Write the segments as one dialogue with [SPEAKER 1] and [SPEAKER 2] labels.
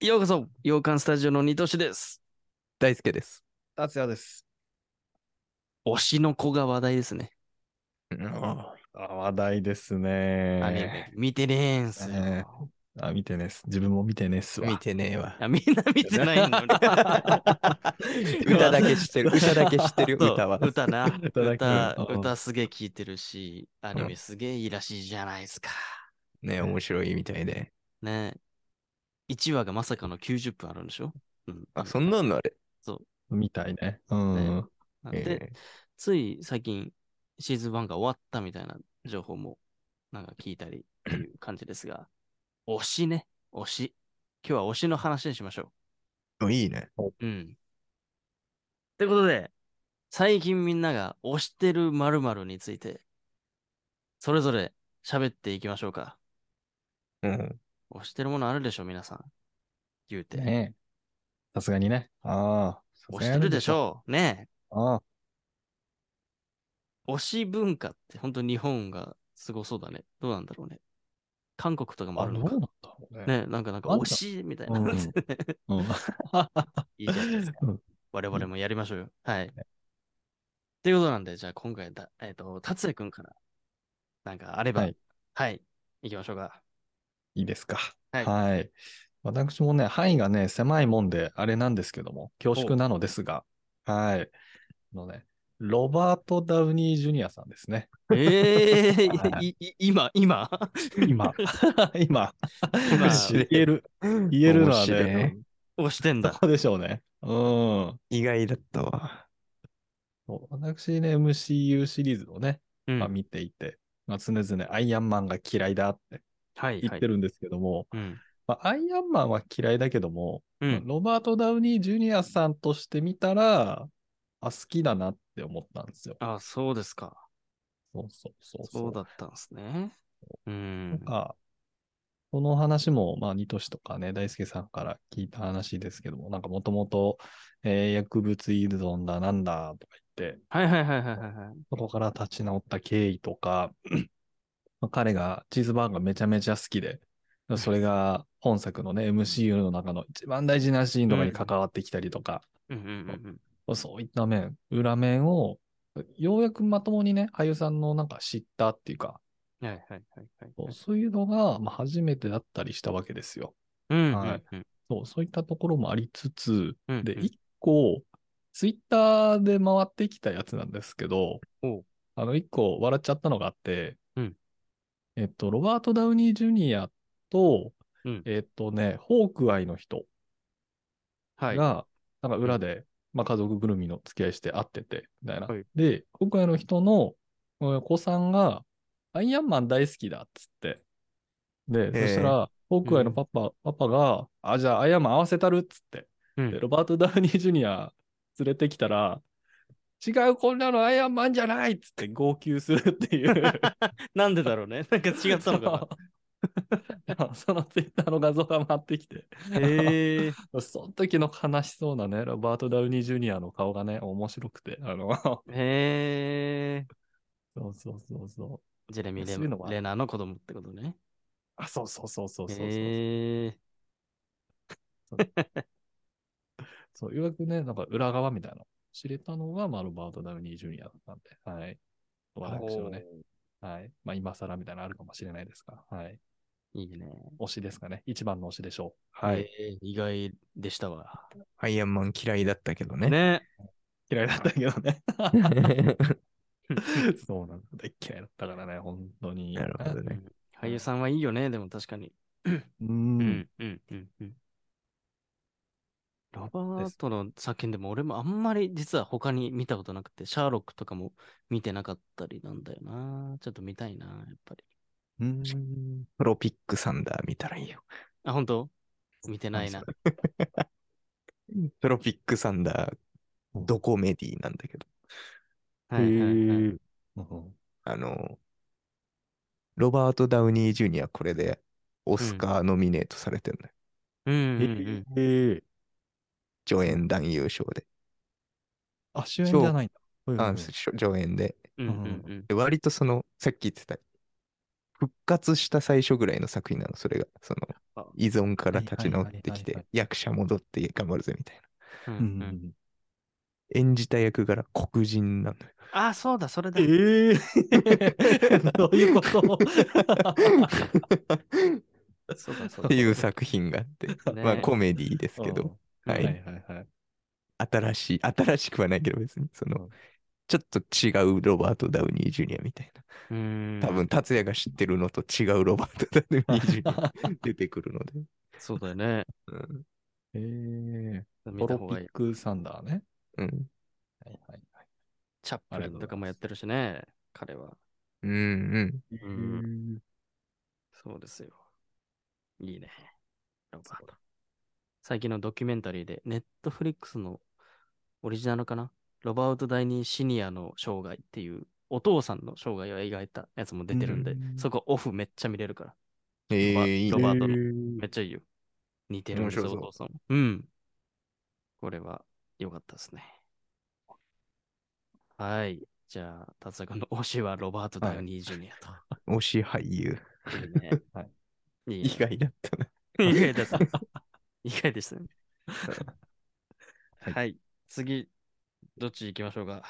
[SPEAKER 1] ようこそ、洋館スタジオの二都市です。
[SPEAKER 2] 大輔です。
[SPEAKER 3] 達也です。
[SPEAKER 1] 推しの子が話題ですね。
[SPEAKER 3] あ話題ですね。
[SPEAKER 1] アニメ。見てねえんすよ。
[SPEAKER 3] えあ、見てねっす。自分も見てねっすわ。
[SPEAKER 2] 見てねえわ。
[SPEAKER 1] あみんな見てない のに。
[SPEAKER 2] 歌だけ 知ってる。歌だけ知ってる。
[SPEAKER 1] そう
[SPEAKER 2] 歌は。
[SPEAKER 1] 歌な。
[SPEAKER 3] 歌だけ
[SPEAKER 1] 歌、
[SPEAKER 3] うん
[SPEAKER 1] 歌すげえ聞いてるし、アニメすげえいいらしいじゃないですか。
[SPEAKER 2] ね、面白いみたいで。
[SPEAKER 1] ね1話がまさかの90分あるんでしょうん。
[SPEAKER 2] あ、そんなんのあれ。
[SPEAKER 3] みたいね。うん。
[SPEAKER 1] なんで、
[SPEAKER 2] え
[SPEAKER 1] つい最近、シーズン1が終わったみたいな情報も、なんか聞いたりっていう感じです が、推しね、推し。今日は推しの話にしましょ
[SPEAKER 2] ーいいね。
[SPEAKER 1] う。うん。ってことで、最近みんなが推してる〇〇について、それぞれ喋っていきましょうか。
[SPEAKER 2] うん。
[SPEAKER 1] 推してるものあるでしょ、皆さん。言うて。
[SPEAKER 3] ねえさすがにね。ああ。
[SPEAKER 1] 推してるでし
[SPEAKER 3] さ
[SPEAKER 1] ょう。ねえ。
[SPEAKER 3] すがにあるでしょ。ああ。
[SPEAKER 1] 推し文化って本当日本がすごそうだね。どうなんだろうね。韓国とかもあ
[SPEAKER 3] あ、
[SPEAKER 1] る
[SPEAKER 3] どう
[SPEAKER 1] の
[SPEAKER 3] な
[SPEAKER 1] か
[SPEAKER 3] ん。だろうね。
[SPEAKER 1] ね、なんかなんか
[SPEAKER 3] なんだ
[SPEAKER 1] 推しみたいな。
[SPEAKER 3] うん
[SPEAKER 1] い
[SPEAKER 3] うん。
[SPEAKER 1] いじゃない ですか。
[SPEAKER 3] うん
[SPEAKER 1] 我々もやりましょうよ。はい。っていうことなんで、じゃあ今回だ、えっ、と、達也くんから、なんかあれば、は
[SPEAKER 3] はいい、
[SPEAKER 1] はい、行きましょうか。
[SPEAKER 3] いいですか。
[SPEAKER 1] はい
[SPEAKER 3] 私もね、範囲がね、狭いもんで、あれなんですけども、恐縮なのですが、はい。あのね、ロバート・ダウニー・ジュニアさんですね。
[SPEAKER 1] ええ
[SPEAKER 3] はい
[SPEAKER 1] いい今、今、
[SPEAKER 3] 今、今、
[SPEAKER 1] 今、
[SPEAKER 2] 知れ
[SPEAKER 3] 言える、言えるのは
[SPEAKER 2] 面白い
[SPEAKER 3] ね、
[SPEAKER 1] 推してん
[SPEAKER 3] ど
[SPEAKER 1] だ。
[SPEAKER 3] うでしょうね。うん。
[SPEAKER 2] 意外だったわ。
[SPEAKER 3] そう私ね、MCU シリーズをね、
[SPEAKER 1] うん
[SPEAKER 3] まあ、見ていて、まあ、常々アイアンマンが嫌いだって
[SPEAKER 1] はい、
[SPEAKER 3] 言
[SPEAKER 1] は
[SPEAKER 3] っ
[SPEAKER 1] い
[SPEAKER 3] て。るんですけども、
[SPEAKER 1] うん。
[SPEAKER 3] まあ、アイアンマンは嫌いだけども、
[SPEAKER 1] う
[SPEAKER 3] まあ
[SPEAKER 1] ん。
[SPEAKER 3] ロバート・ダウニー・ジュニアさんとして見たら、あ、好きだなって思ったんですよ。
[SPEAKER 1] あ、そうですか。
[SPEAKER 3] そうそうそうそう。
[SPEAKER 1] そうだったんですね。う
[SPEAKER 3] なん
[SPEAKER 1] ん。
[SPEAKER 3] か、この話も、まあ、ニトシとかね、大輔さんから聞いた話ですけども、なんかもともと、えー薬物依存だなんだとか言って、
[SPEAKER 1] はいはいはいはいはいはい。
[SPEAKER 3] そこから立ち直った経緯とか、 まあ彼がチーズバーガーめちゃめちゃ好きで、それが本作のね、MCU の中の一番大事なシーンとかに関わってきたりとか、
[SPEAKER 1] うんうんうん
[SPEAKER 3] そういった面、裏面を、ようやくまともにね、俳優さんのなんか知ったっていうか、
[SPEAKER 1] うん。はいはいはいはい。
[SPEAKER 3] そうそういうのが、まあ、初めてだったりしたわけですよ。
[SPEAKER 1] うん
[SPEAKER 3] は
[SPEAKER 1] うん
[SPEAKER 3] い
[SPEAKER 1] うん
[SPEAKER 3] そう、そういったところもありつつ、
[SPEAKER 1] うん。
[SPEAKER 3] で、
[SPEAKER 1] うん
[SPEAKER 3] 一個、ツイッターで回ってきたやつなんですけど
[SPEAKER 1] おう、
[SPEAKER 3] あの、一個笑っちゃったのがあって、
[SPEAKER 1] うん
[SPEAKER 3] えっと、ロバート・ダウニー・ジュニアと、
[SPEAKER 1] うん
[SPEAKER 3] えっとね、ホークアイの人
[SPEAKER 1] はい。
[SPEAKER 3] が、なんか裏で、まあ、家族ぐるみの付き合いして会ってて、みたいな。
[SPEAKER 1] はい
[SPEAKER 3] で、ホークアイの人のえー子さんが、アイアンマン大好きだっつって。で、
[SPEAKER 2] へえ
[SPEAKER 3] そしたら、ホークアイのパパ、パパが、あ、じゃあアイアンマン合わせたるっつって。
[SPEAKER 1] うん
[SPEAKER 3] でロバート・ダウニー・ジュニア連れてきたら、違う、こんなのアイアンマンじゃないっつって号泣するっていう。
[SPEAKER 1] なんでだろうね。 なんか違ったのか
[SPEAKER 3] そうそのツイッターの画像が回ってきて、
[SPEAKER 1] な。へえ。
[SPEAKER 3] その時の悲しそうなね、ロバート・ダウニー・ジュニアの顔がね、面白くて、あの、 そ
[SPEAKER 1] へえ。
[SPEAKER 3] うそうそうそう。
[SPEAKER 1] ジェレミーレ
[SPEAKER 3] そういうのは
[SPEAKER 1] レナーの子供ってことね。
[SPEAKER 3] あ、そうそうそうそうそうそう。
[SPEAKER 1] へえ。
[SPEAKER 3] そう、ようやくね、なんか裏側みたいなの知れたのが、まあ、ロバート・ダウニー・ジュニアだったんで、はい。私のね、はい。まあ、今更みたいなのあるかもしれないですが、はい。
[SPEAKER 1] いいね。
[SPEAKER 3] 推しですかね。一番の推しでしょう。
[SPEAKER 1] へ。え。意外でしたわ。
[SPEAKER 2] アイアンマン嫌いだったけどね。
[SPEAKER 1] ね。
[SPEAKER 3] 嫌いだったけどね。 そうなんだ。大っ嫌いだったからね、本当に。
[SPEAKER 2] なるほど
[SPEAKER 1] う
[SPEAKER 2] ね。
[SPEAKER 1] ん俳優さんはいいよね。でも確かに。
[SPEAKER 3] うん。
[SPEAKER 1] うんうんうんうん。ロバートの作品でも俺もあんまり実は他に見たことなくて、シャーロックとかも見てなかったりなんだよな。ちょっと見たいな、やっぱり。
[SPEAKER 2] うんプロピックサンダー見たらいいよ。
[SPEAKER 1] あ、本当見てないな。
[SPEAKER 2] プロピックサンダー、ドコメディなんだけど。
[SPEAKER 1] はいはいはい。
[SPEAKER 3] うん
[SPEAKER 2] あの、ロバート・ダウニー・ジュニア、これで、オスカーノミネートされてるのよ。
[SPEAKER 1] うんうんうん。
[SPEAKER 3] へえ。
[SPEAKER 2] 助演男優賞で。
[SPEAKER 3] あ、主演じゃないんだ。
[SPEAKER 2] あしょ助演で。
[SPEAKER 1] うんうんうん
[SPEAKER 2] で割とその、さっき言ってた、復活した最初ぐらいの作品なの、それが。その
[SPEAKER 1] あ
[SPEAKER 2] 依存から立ち直って
[SPEAKER 3] はいはいは
[SPEAKER 2] き
[SPEAKER 3] いはい
[SPEAKER 2] て、役者戻って頑張るぜみたいな。
[SPEAKER 1] うんう、
[SPEAKER 3] うんん
[SPEAKER 2] 演じた役柄黒人なのよ。
[SPEAKER 1] あ、そうだ、それだ。
[SPEAKER 3] ええどういうこと
[SPEAKER 1] そうだ、そう
[SPEAKER 2] っ
[SPEAKER 1] だ。
[SPEAKER 2] ていう作品があって、まあコメディですけど、
[SPEAKER 3] うん
[SPEAKER 2] は
[SPEAKER 3] はいいはいはい。
[SPEAKER 2] 新しい、新しくはないけど別に、その、
[SPEAKER 3] うん
[SPEAKER 2] ちょっと違うロバート・ダウニー・ジュニアみたいな。
[SPEAKER 1] うん
[SPEAKER 2] 多分、達也が知ってるのと違うロバート・ダウニー・ジュニア 出てくるので。
[SPEAKER 1] そうだよね。
[SPEAKER 2] うん。
[SPEAKER 3] ええ
[SPEAKER 1] 見
[SPEAKER 3] ト
[SPEAKER 1] た
[SPEAKER 3] ロ
[SPEAKER 1] 方
[SPEAKER 3] ピ
[SPEAKER 1] がいい
[SPEAKER 3] ッ。クサンダーね。
[SPEAKER 2] うん。
[SPEAKER 3] はいはいはい。
[SPEAKER 1] チャップリンとかもやってるしね、彼は。
[SPEAKER 2] うんうん。
[SPEAKER 1] んそうですよ。いいね。ロバート。最近のドキュメンタリーで、ネットフリックスのオリジナルかなロバート・ダイニー・シニアの生涯っていう、お父さんの生涯を描いたやつも出てるんで、
[SPEAKER 3] うん
[SPEAKER 1] そこオフめっちゃ見れるから、
[SPEAKER 2] え
[SPEAKER 1] まあ
[SPEAKER 2] ー、いい
[SPEAKER 1] ロバー。
[SPEAKER 2] ね
[SPEAKER 1] トの
[SPEAKER 3] え
[SPEAKER 1] めっちゃいいよ。似てるんです
[SPEAKER 2] 面白
[SPEAKER 1] よ、
[SPEAKER 2] そう
[SPEAKER 1] お父さんも。うん。これは良かったですね。はい。じゃあ、達也君の推しはロバート・ダウニー・ジュニア と。
[SPEAKER 2] 推し俳優。
[SPEAKER 1] いいね。
[SPEAKER 3] はい
[SPEAKER 1] いいね
[SPEAKER 2] 意外だったな。
[SPEAKER 1] 意外です。意外ですね。
[SPEAKER 3] はい
[SPEAKER 1] はい。次、どっち行きましょうか。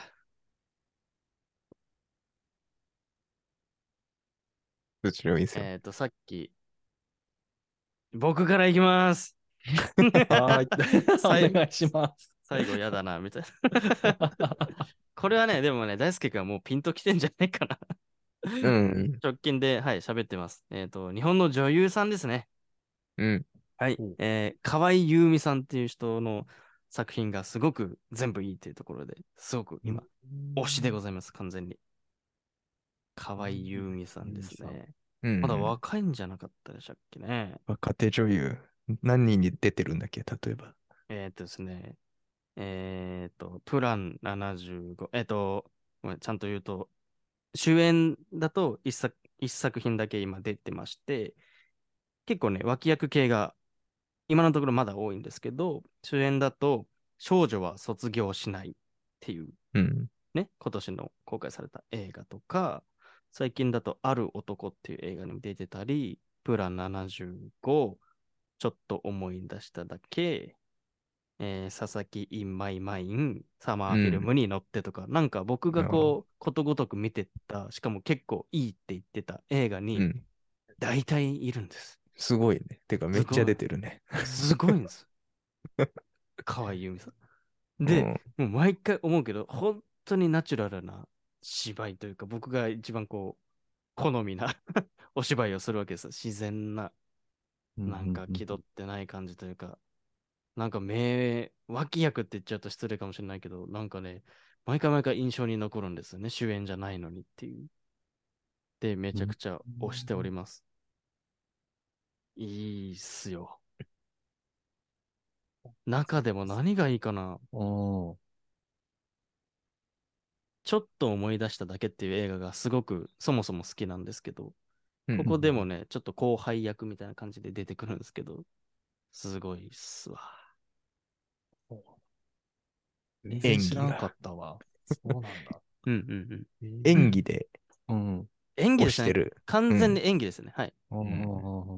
[SPEAKER 2] どちらもいいですよ。
[SPEAKER 1] えっ、と、さっき、僕から行き ます。
[SPEAKER 3] は
[SPEAKER 1] 最
[SPEAKER 3] ーい。お願いします。
[SPEAKER 1] 最後、やだな、みたいな。これはね、でもね、大輔君はもうピンときてんじゃないかな。
[SPEAKER 2] うん。
[SPEAKER 1] 直近で、はい、喋ってます。えっ、と、日本の女優さんですね。
[SPEAKER 2] うん。
[SPEAKER 1] はい
[SPEAKER 3] ほう。
[SPEAKER 1] えー、河合優美さんっていう人の作品がすごく全部いいっていうところですごく今、推しでございます、完全に。河合優美さんです
[SPEAKER 3] 優美
[SPEAKER 1] ね。
[SPEAKER 2] うん。
[SPEAKER 1] まだ若いんじゃなかったでしたっけね。
[SPEAKER 2] 若手女優。何人に出てるんだっけ例えば。
[SPEAKER 1] えーっとですね。えーっと、プラン75。えーっと、ごめんちゃんと言うと、主演だと一作一作品だけ今出てまして、結構ね、脇役系が今のところまだ多いんですけど、主演だと、少女は卒業しないっていう
[SPEAKER 2] うん。
[SPEAKER 1] ね、今年の公開された映画とか、最近だと、ある男っていう映画にも出てたり、プラン75、ちょっと思い出しただけ、えー佐々木 in my mind、サマーフィルムに乗ってとか、なんか僕が
[SPEAKER 2] なる
[SPEAKER 1] こう、ことごとく見てた、しかも結構いいって言ってた映画
[SPEAKER 2] う
[SPEAKER 1] に、
[SPEAKER 2] ん。
[SPEAKER 1] 大体いるんです。
[SPEAKER 2] すごいね。てか、めっちゃ出てるね。
[SPEAKER 1] すごいん です。河合由美さん。で、
[SPEAKER 2] う
[SPEAKER 1] も
[SPEAKER 2] ん、
[SPEAKER 1] う毎回思うけど、本当にナチュラルな芝居というか、僕が一番こう、好みな お芝居をするわけですよ。自然な、なんか気取ってない感じというか、なんか名、脇役って言っちゃうと失礼かもしれないけど、なんかね、毎回毎回印象に残るんですよね。主演じゃないのにっていう。で、めちゃくちゃ推しております。いいっすよ。中でも何がいいかな
[SPEAKER 3] うん。
[SPEAKER 1] ちょっと思い出しただけっていう映画がすごくそもそも好きなんですけど、
[SPEAKER 2] うん
[SPEAKER 1] ここでもね、ちょっと後輩役みたいな感じで出てくるんですけど、すごいっすわ。
[SPEAKER 3] 全
[SPEAKER 2] 演
[SPEAKER 3] 然
[SPEAKER 2] 技
[SPEAKER 3] 知
[SPEAKER 2] が
[SPEAKER 3] らんかったわ。そうなんだ。
[SPEAKER 1] うんうんうん。
[SPEAKER 2] 演技で
[SPEAKER 3] うん。
[SPEAKER 1] 演技
[SPEAKER 2] 推
[SPEAKER 1] で
[SPEAKER 2] し
[SPEAKER 1] す
[SPEAKER 2] て
[SPEAKER 1] ね。
[SPEAKER 2] る。
[SPEAKER 1] 完全に演技ですね。はい。
[SPEAKER 2] ん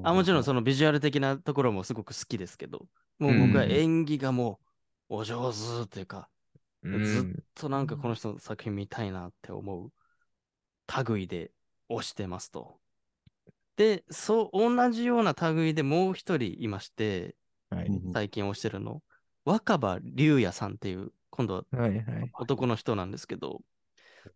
[SPEAKER 1] あ、もちろん
[SPEAKER 3] の。
[SPEAKER 1] そのビジュアル的なところもすごく好きですけど、もう僕は演技がもうお上手というか、
[SPEAKER 2] うん
[SPEAKER 1] ずっとなんかこの人の作品見たいなって思う類で推してますと。で、そう、同じような類でもう一人いまして、
[SPEAKER 2] はい
[SPEAKER 1] 最近推してるの、若葉龍也さんっていう、今度は
[SPEAKER 2] はいはい。
[SPEAKER 1] 男の人なんですけど、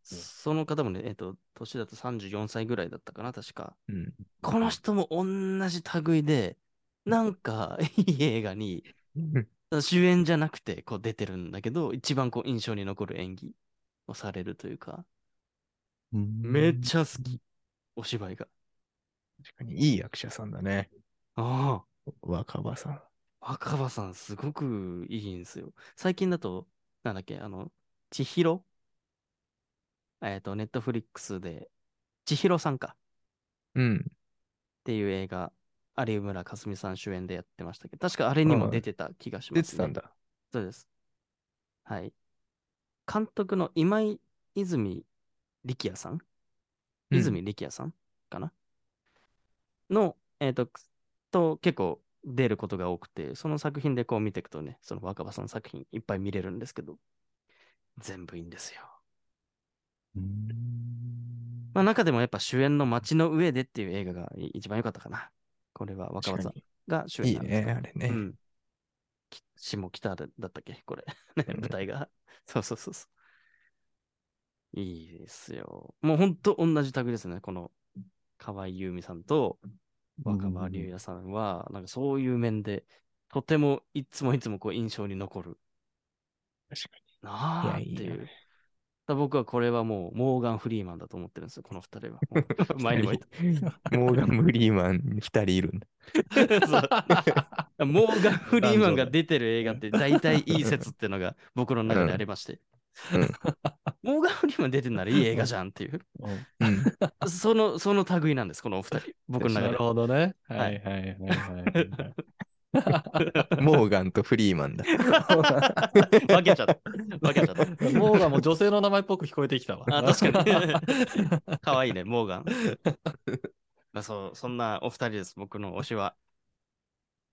[SPEAKER 1] その方もね、えっ、と、年だと34歳ぐらいだったかな、確か。
[SPEAKER 2] うん
[SPEAKER 1] この人も同じ類で、なんかいい映画に主演じゃなくてこう出てるんだけど、一番こう印象に残る演技をされるというか、めっちゃ好き、お芝居が。
[SPEAKER 2] 確かにいい役者さんだね。
[SPEAKER 1] あ
[SPEAKER 2] 若葉さん。
[SPEAKER 1] あ、若葉さんすごくいいんですよ。最近だと、なんだっけ、あの、千尋えっ、と、ネットフリックスで、千尋さんか。
[SPEAKER 2] うん。
[SPEAKER 1] っていう映画、有村架純さん主演でやってましたけど、確かあれにも
[SPEAKER 2] はい
[SPEAKER 1] 出てた気がします、ね
[SPEAKER 2] 出てたん。だ。
[SPEAKER 1] そうです。はい。監督の今井泉力也さん、
[SPEAKER 2] うん
[SPEAKER 1] 泉力也さんかな、の、えっ、と、と結構出ることが多くて、その作品でこう見ていくとね、その若葉さんの作品いっぱい見れるんですけど、全部いいんですよ。まあ中でもやっぱ主演の街の上でっていう映画がい一番良かったかな。これは若葉さんが主
[SPEAKER 2] い
[SPEAKER 1] 演
[SPEAKER 2] い
[SPEAKER 1] なんです
[SPEAKER 2] ね、あれね。
[SPEAKER 1] うん。き下北だったっけこれ。 ね
[SPEAKER 2] うん
[SPEAKER 1] 舞台が。そうそうそうそう。いいですよ。もうほんと同じタグですね。この河合優美さんと若葉龍也さんは、なんかそういう面で、とてもいつもいつもこう印象に残る
[SPEAKER 3] 確か
[SPEAKER 1] なあっていう。
[SPEAKER 2] いやいいよ
[SPEAKER 1] だ僕はこれはもうモーガン・フリーマンだと思ってるんですよ、この二人 は。もう前にも言った。
[SPEAKER 2] モーガン・フリーマン2人いるんだ。
[SPEAKER 1] そうモーガン・フリーマンが出てる映画って大体いい説っていうのが僕の中でありまして。
[SPEAKER 2] うんうん
[SPEAKER 1] モーガン・フリーマン出てるならいい映画じゃんっていう。
[SPEAKER 3] に。うん
[SPEAKER 2] うん
[SPEAKER 1] その、その類なんです、このお二人。僕の中
[SPEAKER 3] な
[SPEAKER 1] で
[SPEAKER 3] る。ほどね。はい
[SPEAKER 1] は
[SPEAKER 3] はいいはいはいはい。
[SPEAKER 2] モーガンとフリーマンだ。
[SPEAKER 1] 分けちゃった。分けちゃった。
[SPEAKER 3] モーガンも女性の名前っぽく聞こえてきたわ。
[SPEAKER 1] あ、確 かに。かわいいね、モー ガン。まあ、そう、そんなお二人です、僕の推しは。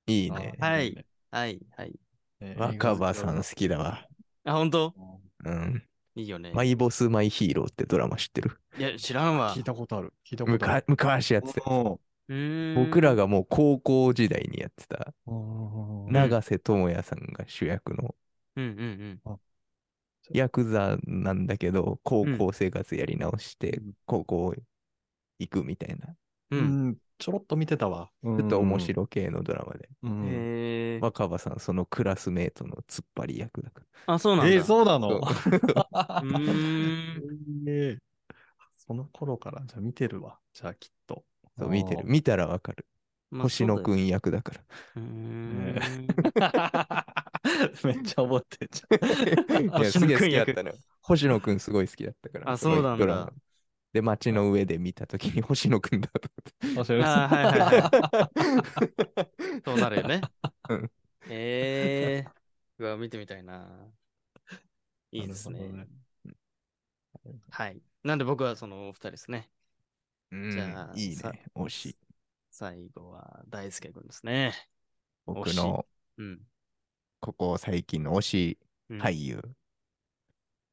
[SPEAKER 2] いいね。
[SPEAKER 1] あはい。はい、はい。
[SPEAKER 3] ね
[SPEAKER 2] 若葉さん好。きだわ。
[SPEAKER 1] あ、本当
[SPEAKER 2] うん。
[SPEAKER 1] いいよね。
[SPEAKER 2] マイボス・マイヒーローってドラマ知ってる
[SPEAKER 1] いや、知らんわ
[SPEAKER 3] 聞い。たことある。聞いたことある。
[SPEAKER 2] 昔昔やってた。僕
[SPEAKER 1] 僕
[SPEAKER 2] らがもう高校時代にやってた、
[SPEAKER 3] うん
[SPEAKER 1] な
[SPEAKER 2] 長瀬智也さんが主役の
[SPEAKER 1] うんうんうん。
[SPEAKER 2] ヤクザなんだけど、高校生活やり直して
[SPEAKER 3] うん、
[SPEAKER 2] 高校行くみたいな、
[SPEAKER 1] う。
[SPEAKER 3] うんん、ちょろっと見てたわ。ち
[SPEAKER 2] ちょ
[SPEAKER 3] ょ
[SPEAKER 2] っと面白系のドラマ
[SPEAKER 3] い。
[SPEAKER 2] で、
[SPEAKER 3] うん
[SPEAKER 1] へえ。
[SPEAKER 2] 若葉さん、そのクラスメートの突っ張り役だか
[SPEAKER 1] あ、そうなんだ。
[SPEAKER 3] えー、そうなの
[SPEAKER 1] うーん。
[SPEAKER 3] えーその頃から、じゃあ見てるわ。じゃあきっと。
[SPEAKER 2] ら、そう見てる。
[SPEAKER 3] あー
[SPEAKER 2] 見たらわかる。
[SPEAKER 1] まあ
[SPEAKER 2] 星野く。ん役だから。
[SPEAKER 1] そうだよ ね
[SPEAKER 3] ね
[SPEAKER 1] うーん
[SPEAKER 3] めっちゃ思ってんじ
[SPEAKER 2] いや
[SPEAKER 1] 星
[SPEAKER 2] す
[SPEAKER 1] 野
[SPEAKER 2] げえ
[SPEAKER 1] く
[SPEAKER 2] 好
[SPEAKER 1] ん
[SPEAKER 2] きだっ
[SPEAKER 1] 役
[SPEAKER 2] たのよ。星野くんすごい好きだったから。
[SPEAKER 1] あそうなんだ
[SPEAKER 2] このドラマで、街の上で見たときに星野くんだと
[SPEAKER 3] ゃん。面白い
[SPEAKER 1] あーはいはいはい。 そうなるよね
[SPEAKER 2] うん。
[SPEAKER 1] ええ。うわ、見てみたいな。いいです
[SPEAKER 3] なるほど
[SPEAKER 1] ね
[SPEAKER 3] ね。
[SPEAKER 1] はい。なんで僕はそのお二人ですね。
[SPEAKER 2] うん
[SPEAKER 1] じゃあ
[SPEAKER 2] いい
[SPEAKER 1] さ
[SPEAKER 2] ね。惜しい。
[SPEAKER 1] 最後は大輔君ですね。
[SPEAKER 2] 僕
[SPEAKER 1] 惜しい
[SPEAKER 2] の
[SPEAKER 1] うん。
[SPEAKER 2] ここ最近の推し
[SPEAKER 1] うん
[SPEAKER 2] 俳。優。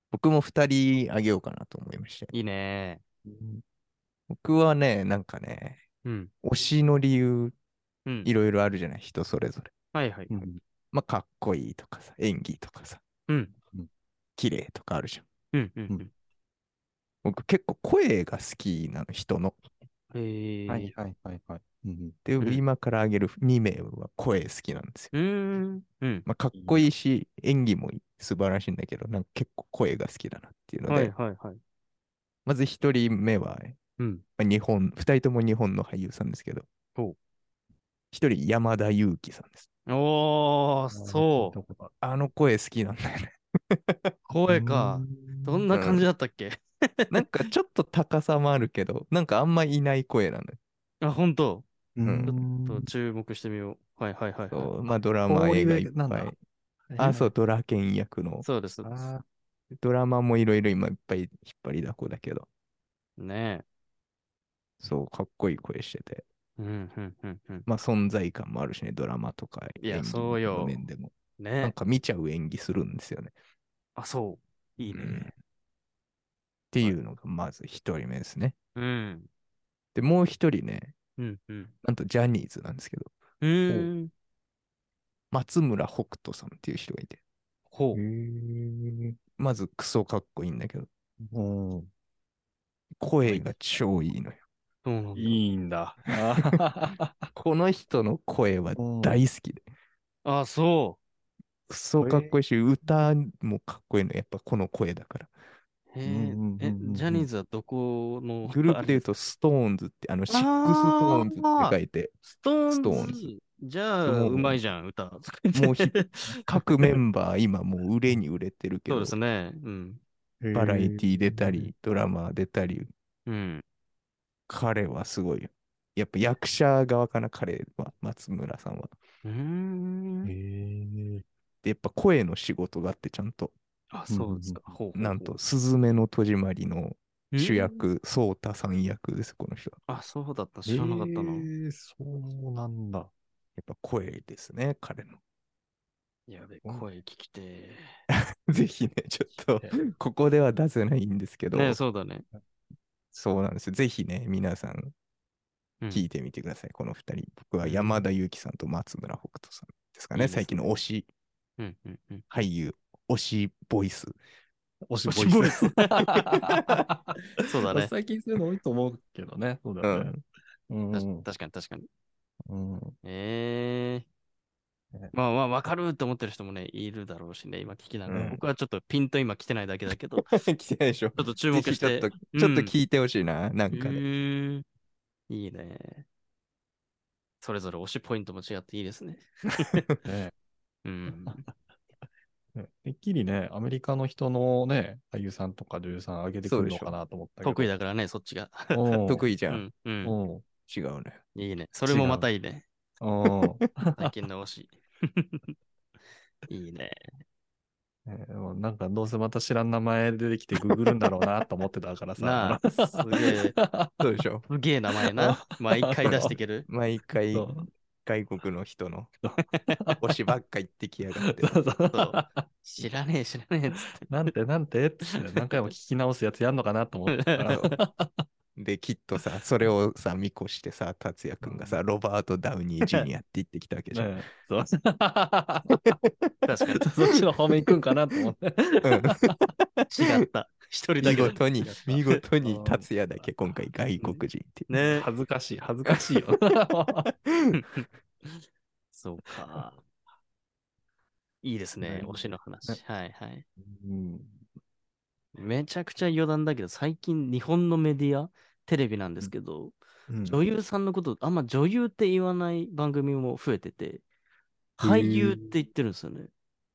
[SPEAKER 2] 僕も2人あげようかなと思いました。
[SPEAKER 1] いいね。
[SPEAKER 2] 僕はね、なんかね、
[SPEAKER 1] うん。
[SPEAKER 2] 推しの理由
[SPEAKER 1] うん
[SPEAKER 2] い。ろいろあるじゃない、人それぞれ。
[SPEAKER 1] はいはい。
[SPEAKER 2] まあ、かっこいいとかさ、演技とかさ、
[SPEAKER 1] うん。
[SPEAKER 2] 綺麗とかあるじゃん。
[SPEAKER 1] うん。うん。うん
[SPEAKER 2] 僕結構声が好きなの、人の。
[SPEAKER 1] へえ。
[SPEAKER 3] はいはいはいはい。うん
[SPEAKER 2] で、
[SPEAKER 1] うん
[SPEAKER 2] 今から挙げる2名は声好きなんですよ。
[SPEAKER 1] うーん。うん。
[SPEAKER 2] まあ、かっこいいし、演技も素晴らしいんだけど、なんか結構声が好きだなっていうので、
[SPEAKER 1] はいはいはい。
[SPEAKER 2] まず1人目は、
[SPEAKER 1] うん。
[SPEAKER 2] まあ日本、2人とも日本の俳優さんですけど、
[SPEAKER 1] ほう
[SPEAKER 2] 1人山田裕貴さんです。
[SPEAKER 1] おー、そう。
[SPEAKER 3] う。
[SPEAKER 2] あの声好きなんだよね。
[SPEAKER 1] 声か。。どんな感じだったっけ、
[SPEAKER 2] なんかちょっと高さもあるけど、なんかあんまいない声なんだよ。
[SPEAKER 1] あ、本当
[SPEAKER 3] う
[SPEAKER 1] ちょっと注目してみよう。はいはいはい、はい
[SPEAKER 2] そう
[SPEAKER 1] そ
[SPEAKER 2] まあドラマ、
[SPEAKER 3] こうい
[SPEAKER 2] 映
[SPEAKER 3] う
[SPEAKER 2] 画いっ
[SPEAKER 3] なん
[SPEAKER 2] ぱ
[SPEAKER 3] だ
[SPEAKER 2] い。あ、そう、。ドラケン役
[SPEAKER 1] う。。
[SPEAKER 2] の
[SPEAKER 1] です。そうです
[SPEAKER 3] あ
[SPEAKER 2] ドラマもいろいろ今いっぱい引っ張りだこだけど、
[SPEAKER 1] ね
[SPEAKER 2] そう、かっこいい声してて。
[SPEAKER 1] え。うんうんうんうん。
[SPEAKER 2] まあ存在感もあるしね、ドラマとか。
[SPEAKER 1] いや
[SPEAKER 2] 演技
[SPEAKER 1] そうよ
[SPEAKER 2] の面でも。
[SPEAKER 1] ね
[SPEAKER 2] なん
[SPEAKER 1] え。
[SPEAKER 2] か見ちゃう演技するんですよね。
[SPEAKER 1] あ、そう。いい
[SPEAKER 2] うんっ
[SPEAKER 1] ね。
[SPEAKER 2] ていうのがまず一人目ですね。
[SPEAKER 1] うん。
[SPEAKER 2] で、もう一人ね、
[SPEAKER 1] うんうん。
[SPEAKER 2] なんとジャニーズなんですけど、
[SPEAKER 1] うーん。
[SPEAKER 2] 松村北斗さんっていう人がいて、
[SPEAKER 1] ほう。
[SPEAKER 2] まずクソかっこいいんだけど、
[SPEAKER 3] うん。
[SPEAKER 2] 声が超いいのよ。
[SPEAKER 1] そうなんだ。
[SPEAKER 3] いいんだ。
[SPEAKER 2] この人の声は大好きで、
[SPEAKER 1] あ、そ
[SPEAKER 2] クソかっこいいし、歌もかっこいいのよやっぱこの声だから。
[SPEAKER 1] う。へえ
[SPEAKER 3] うんうんうん。
[SPEAKER 1] え
[SPEAKER 3] うんう、ん
[SPEAKER 1] ジャニーズはどこの
[SPEAKER 2] グループで言う
[SPEAKER 1] と。
[SPEAKER 2] と、ストーンズって、あの、シックストー
[SPEAKER 1] あー
[SPEAKER 2] ンズって書いて、
[SPEAKER 1] ストーンズ。
[SPEAKER 2] ストーンズ
[SPEAKER 1] じゃあ、
[SPEAKER 2] もう
[SPEAKER 1] うまいじゃん、歌。も
[SPEAKER 2] うひ各メンバー今もう売れに売れてる け
[SPEAKER 1] そう
[SPEAKER 2] ど
[SPEAKER 1] で、すね。うん。
[SPEAKER 2] バラエティー出た
[SPEAKER 3] へー
[SPEAKER 2] り、ドラマ出たり、
[SPEAKER 1] うん。
[SPEAKER 2] 彼はすごいよ。やっぱ役者側かな、彼は、松村さんは。
[SPEAKER 1] うーん。
[SPEAKER 3] へ
[SPEAKER 2] で、やっぱ声の仕事があって、ちゃんと、
[SPEAKER 1] あ、そうですか。ほうほうほう
[SPEAKER 2] なんと、。すずめの戸締まりの主。役、ソータさん役です、この人は。
[SPEAKER 1] あ、そうだった。知らなかったな。
[SPEAKER 3] えーそうなんだ。
[SPEAKER 2] やっぱ声ですね、彼の。
[SPEAKER 1] やべ、声聞きて
[SPEAKER 2] ぜひね、ちょっと、
[SPEAKER 3] え
[SPEAKER 2] ここでは出せないんですけ
[SPEAKER 1] ー。
[SPEAKER 2] ど、
[SPEAKER 1] ねそうだね。
[SPEAKER 2] そうなんですよ。ぜひね、皆さん、
[SPEAKER 1] うん
[SPEAKER 2] 聞いてみてください、この二人。僕は山田裕貴さんと松村北斗さんですか
[SPEAKER 1] い
[SPEAKER 2] ね、
[SPEAKER 1] いですね
[SPEAKER 2] 最近の推し
[SPEAKER 1] うんうんうん。
[SPEAKER 2] 俳優、推しボイス。
[SPEAKER 3] おし
[SPEAKER 1] おし
[SPEAKER 3] ぼ
[SPEAKER 1] ぼ
[SPEAKER 3] り
[SPEAKER 1] り
[SPEAKER 3] さん
[SPEAKER 1] そうだね
[SPEAKER 3] 最近そういうの多いと思うけどね。そうだよね。うん
[SPEAKER 1] たし確かに確かに。
[SPEAKER 3] うん
[SPEAKER 1] ええ
[SPEAKER 3] ね
[SPEAKER 1] まあまあ、わかるって思ってる人もね、いるだろうしね、今聞きながら。
[SPEAKER 2] うん
[SPEAKER 1] 僕はちょっとピンと今来てないだけだけど、ち
[SPEAKER 2] 来てないでしょ。
[SPEAKER 1] ょっと注目し
[SPEAKER 2] ぜひちょ
[SPEAKER 1] て。
[SPEAKER 2] っと、
[SPEAKER 1] うん
[SPEAKER 2] ちょっと聞いてほしいな、なんかね。
[SPEAKER 1] へえいいね。それぞれ推しポイントも違っていいですね。
[SPEAKER 3] ね
[SPEAKER 1] うん。
[SPEAKER 3] ねてっきりね、アメリカの人のね、俳優さんとか女優さん上げてくるのかなと思ったけど。
[SPEAKER 1] 得意だからね、そっちが。
[SPEAKER 3] うん。
[SPEAKER 2] 得意じ
[SPEAKER 1] う
[SPEAKER 2] ゃん。
[SPEAKER 1] ん。う。
[SPEAKER 3] うんん。
[SPEAKER 2] 違うね。
[SPEAKER 1] いいね。それもまたいいね。
[SPEAKER 3] うん。
[SPEAKER 1] 最近の推 し。いいね。
[SPEAKER 3] ねでもなんかどうせまた知らん名前出てきてググるんだろうなと思ってたから
[SPEAKER 1] な
[SPEAKER 3] さ。
[SPEAKER 1] あ、すげえ、
[SPEAKER 2] そうでしょ。
[SPEAKER 1] すげえ名前な。毎回出していける。
[SPEAKER 2] 毎回
[SPEAKER 3] そ、う
[SPEAKER 2] 外国の人の
[SPEAKER 3] そう
[SPEAKER 2] 推しばっか言ってきやがって。
[SPEAKER 3] そうそう
[SPEAKER 1] そう 知らねえ、知らねえっつって。
[SPEAKER 3] なんてなんてって何回も聞き直すやつやんのかなと思ってたから。
[SPEAKER 2] で、きっとさ、それをさ、見越してさ、達也くんがさ、ロバート・ダウニー・ジュニアって言ってきたわけじゃん。
[SPEAKER 3] ねそう
[SPEAKER 1] 確かに。
[SPEAKER 3] そっちの方面行くんかなと思 って。
[SPEAKER 2] うん
[SPEAKER 1] 違った。一人だ け
[SPEAKER 2] 見
[SPEAKER 1] だ。
[SPEAKER 2] 事に
[SPEAKER 1] 違っ、た
[SPEAKER 2] 見事
[SPEAKER 3] う
[SPEAKER 2] に
[SPEAKER 3] ん
[SPEAKER 2] 達也だけ今回外国人っていう。
[SPEAKER 1] ね。
[SPEAKER 3] 恥ずかしい、恥ずかしいよ。
[SPEAKER 1] そうか。いいですね
[SPEAKER 3] ね。
[SPEAKER 1] 推しの話。はいはい。
[SPEAKER 3] うん
[SPEAKER 1] めちゃくちゃ余談だけど、最近日本のメディア、テレビなんですけど、
[SPEAKER 2] うん
[SPEAKER 1] 女優さんのこと、あんま女優って言わない番組も増えてて、俳優って言ってるんですよね。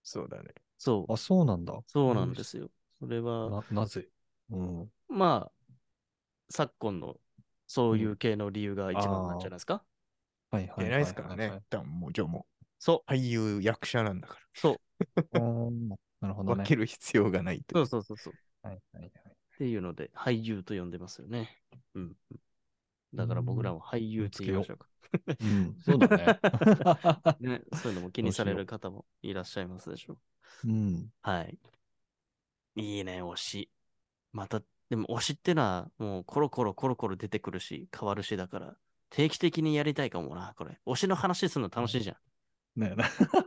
[SPEAKER 2] そうだね。
[SPEAKER 1] そう。
[SPEAKER 3] あ、そうなんだ。
[SPEAKER 1] そうなんですよ。それは、
[SPEAKER 3] ななぜうん。
[SPEAKER 1] まあ、昨今のそういう系の理由が一番なんじゃないですか。
[SPEAKER 3] はいは
[SPEAKER 2] 出
[SPEAKER 3] い。
[SPEAKER 2] ないですから
[SPEAKER 3] はいは
[SPEAKER 2] ね。だからもう、じゃあも、
[SPEAKER 1] そう
[SPEAKER 2] 俳優、役者なんだか
[SPEAKER 1] う、そう、
[SPEAKER 3] いはい。うんなるほ
[SPEAKER 2] ら、
[SPEAKER 3] ど
[SPEAKER 2] 分
[SPEAKER 3] ね。
[SPEAKER 2] ける必要がないと
[SPEAKER 1] そ
[SPEAKER 2] いうう。
[SPEAKER 1] そうそうそう。
[SPEAKER 3] はいはいはい
[SPEAKER 1] っていうので、俳優と呼んでますよね。うん。だから僕らは俳優って言いましょうか。
[SPEAKER 3] うんそうだね。
[SPEAKER 1] ね、そういうのも気にされる方もいらっしゃいますでしょう。
[SPEAKER 3] うん。
[SPEAKER 1] はい。いいね、推し。また、でも推しってのは、もうコロコロコロコロ出てくるし、変わるしだから、定期的にやりたいかもな、これ。推しの話するの楽しいじゃ
[SPEAKER 3] ね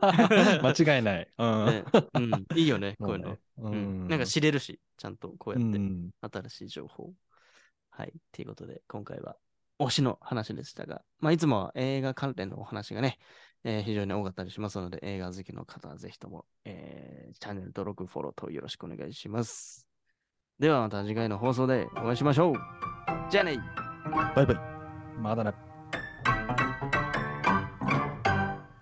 [SPEAKER 3] 間違いない。うん
[SPEAKER 1] ん。ね、うん、いいよ ね、こういうの。
[SPEAKER 3] う。
[SPEAKER 1] うんん、なんか知れるし、ちゃんとこう
[SPEAKER 3] う
[SPEAKER 1] やって。
[SPEAKER 3] ん。
[SPEAKER 1] 新しい情報。はい。ということで、今回は推しの話でしたが、まあ、いつもは映画関連のお話がね、えー非常に多かったりしますので、映画好きの方はぜひとも、えーチャンネル登録、フォローとよろしくお願いします。ではまた次回の放送でお会いしましょう。じゃあね
[SPEAKER 2] バイバイ。
[SPEAKER 3] まだね。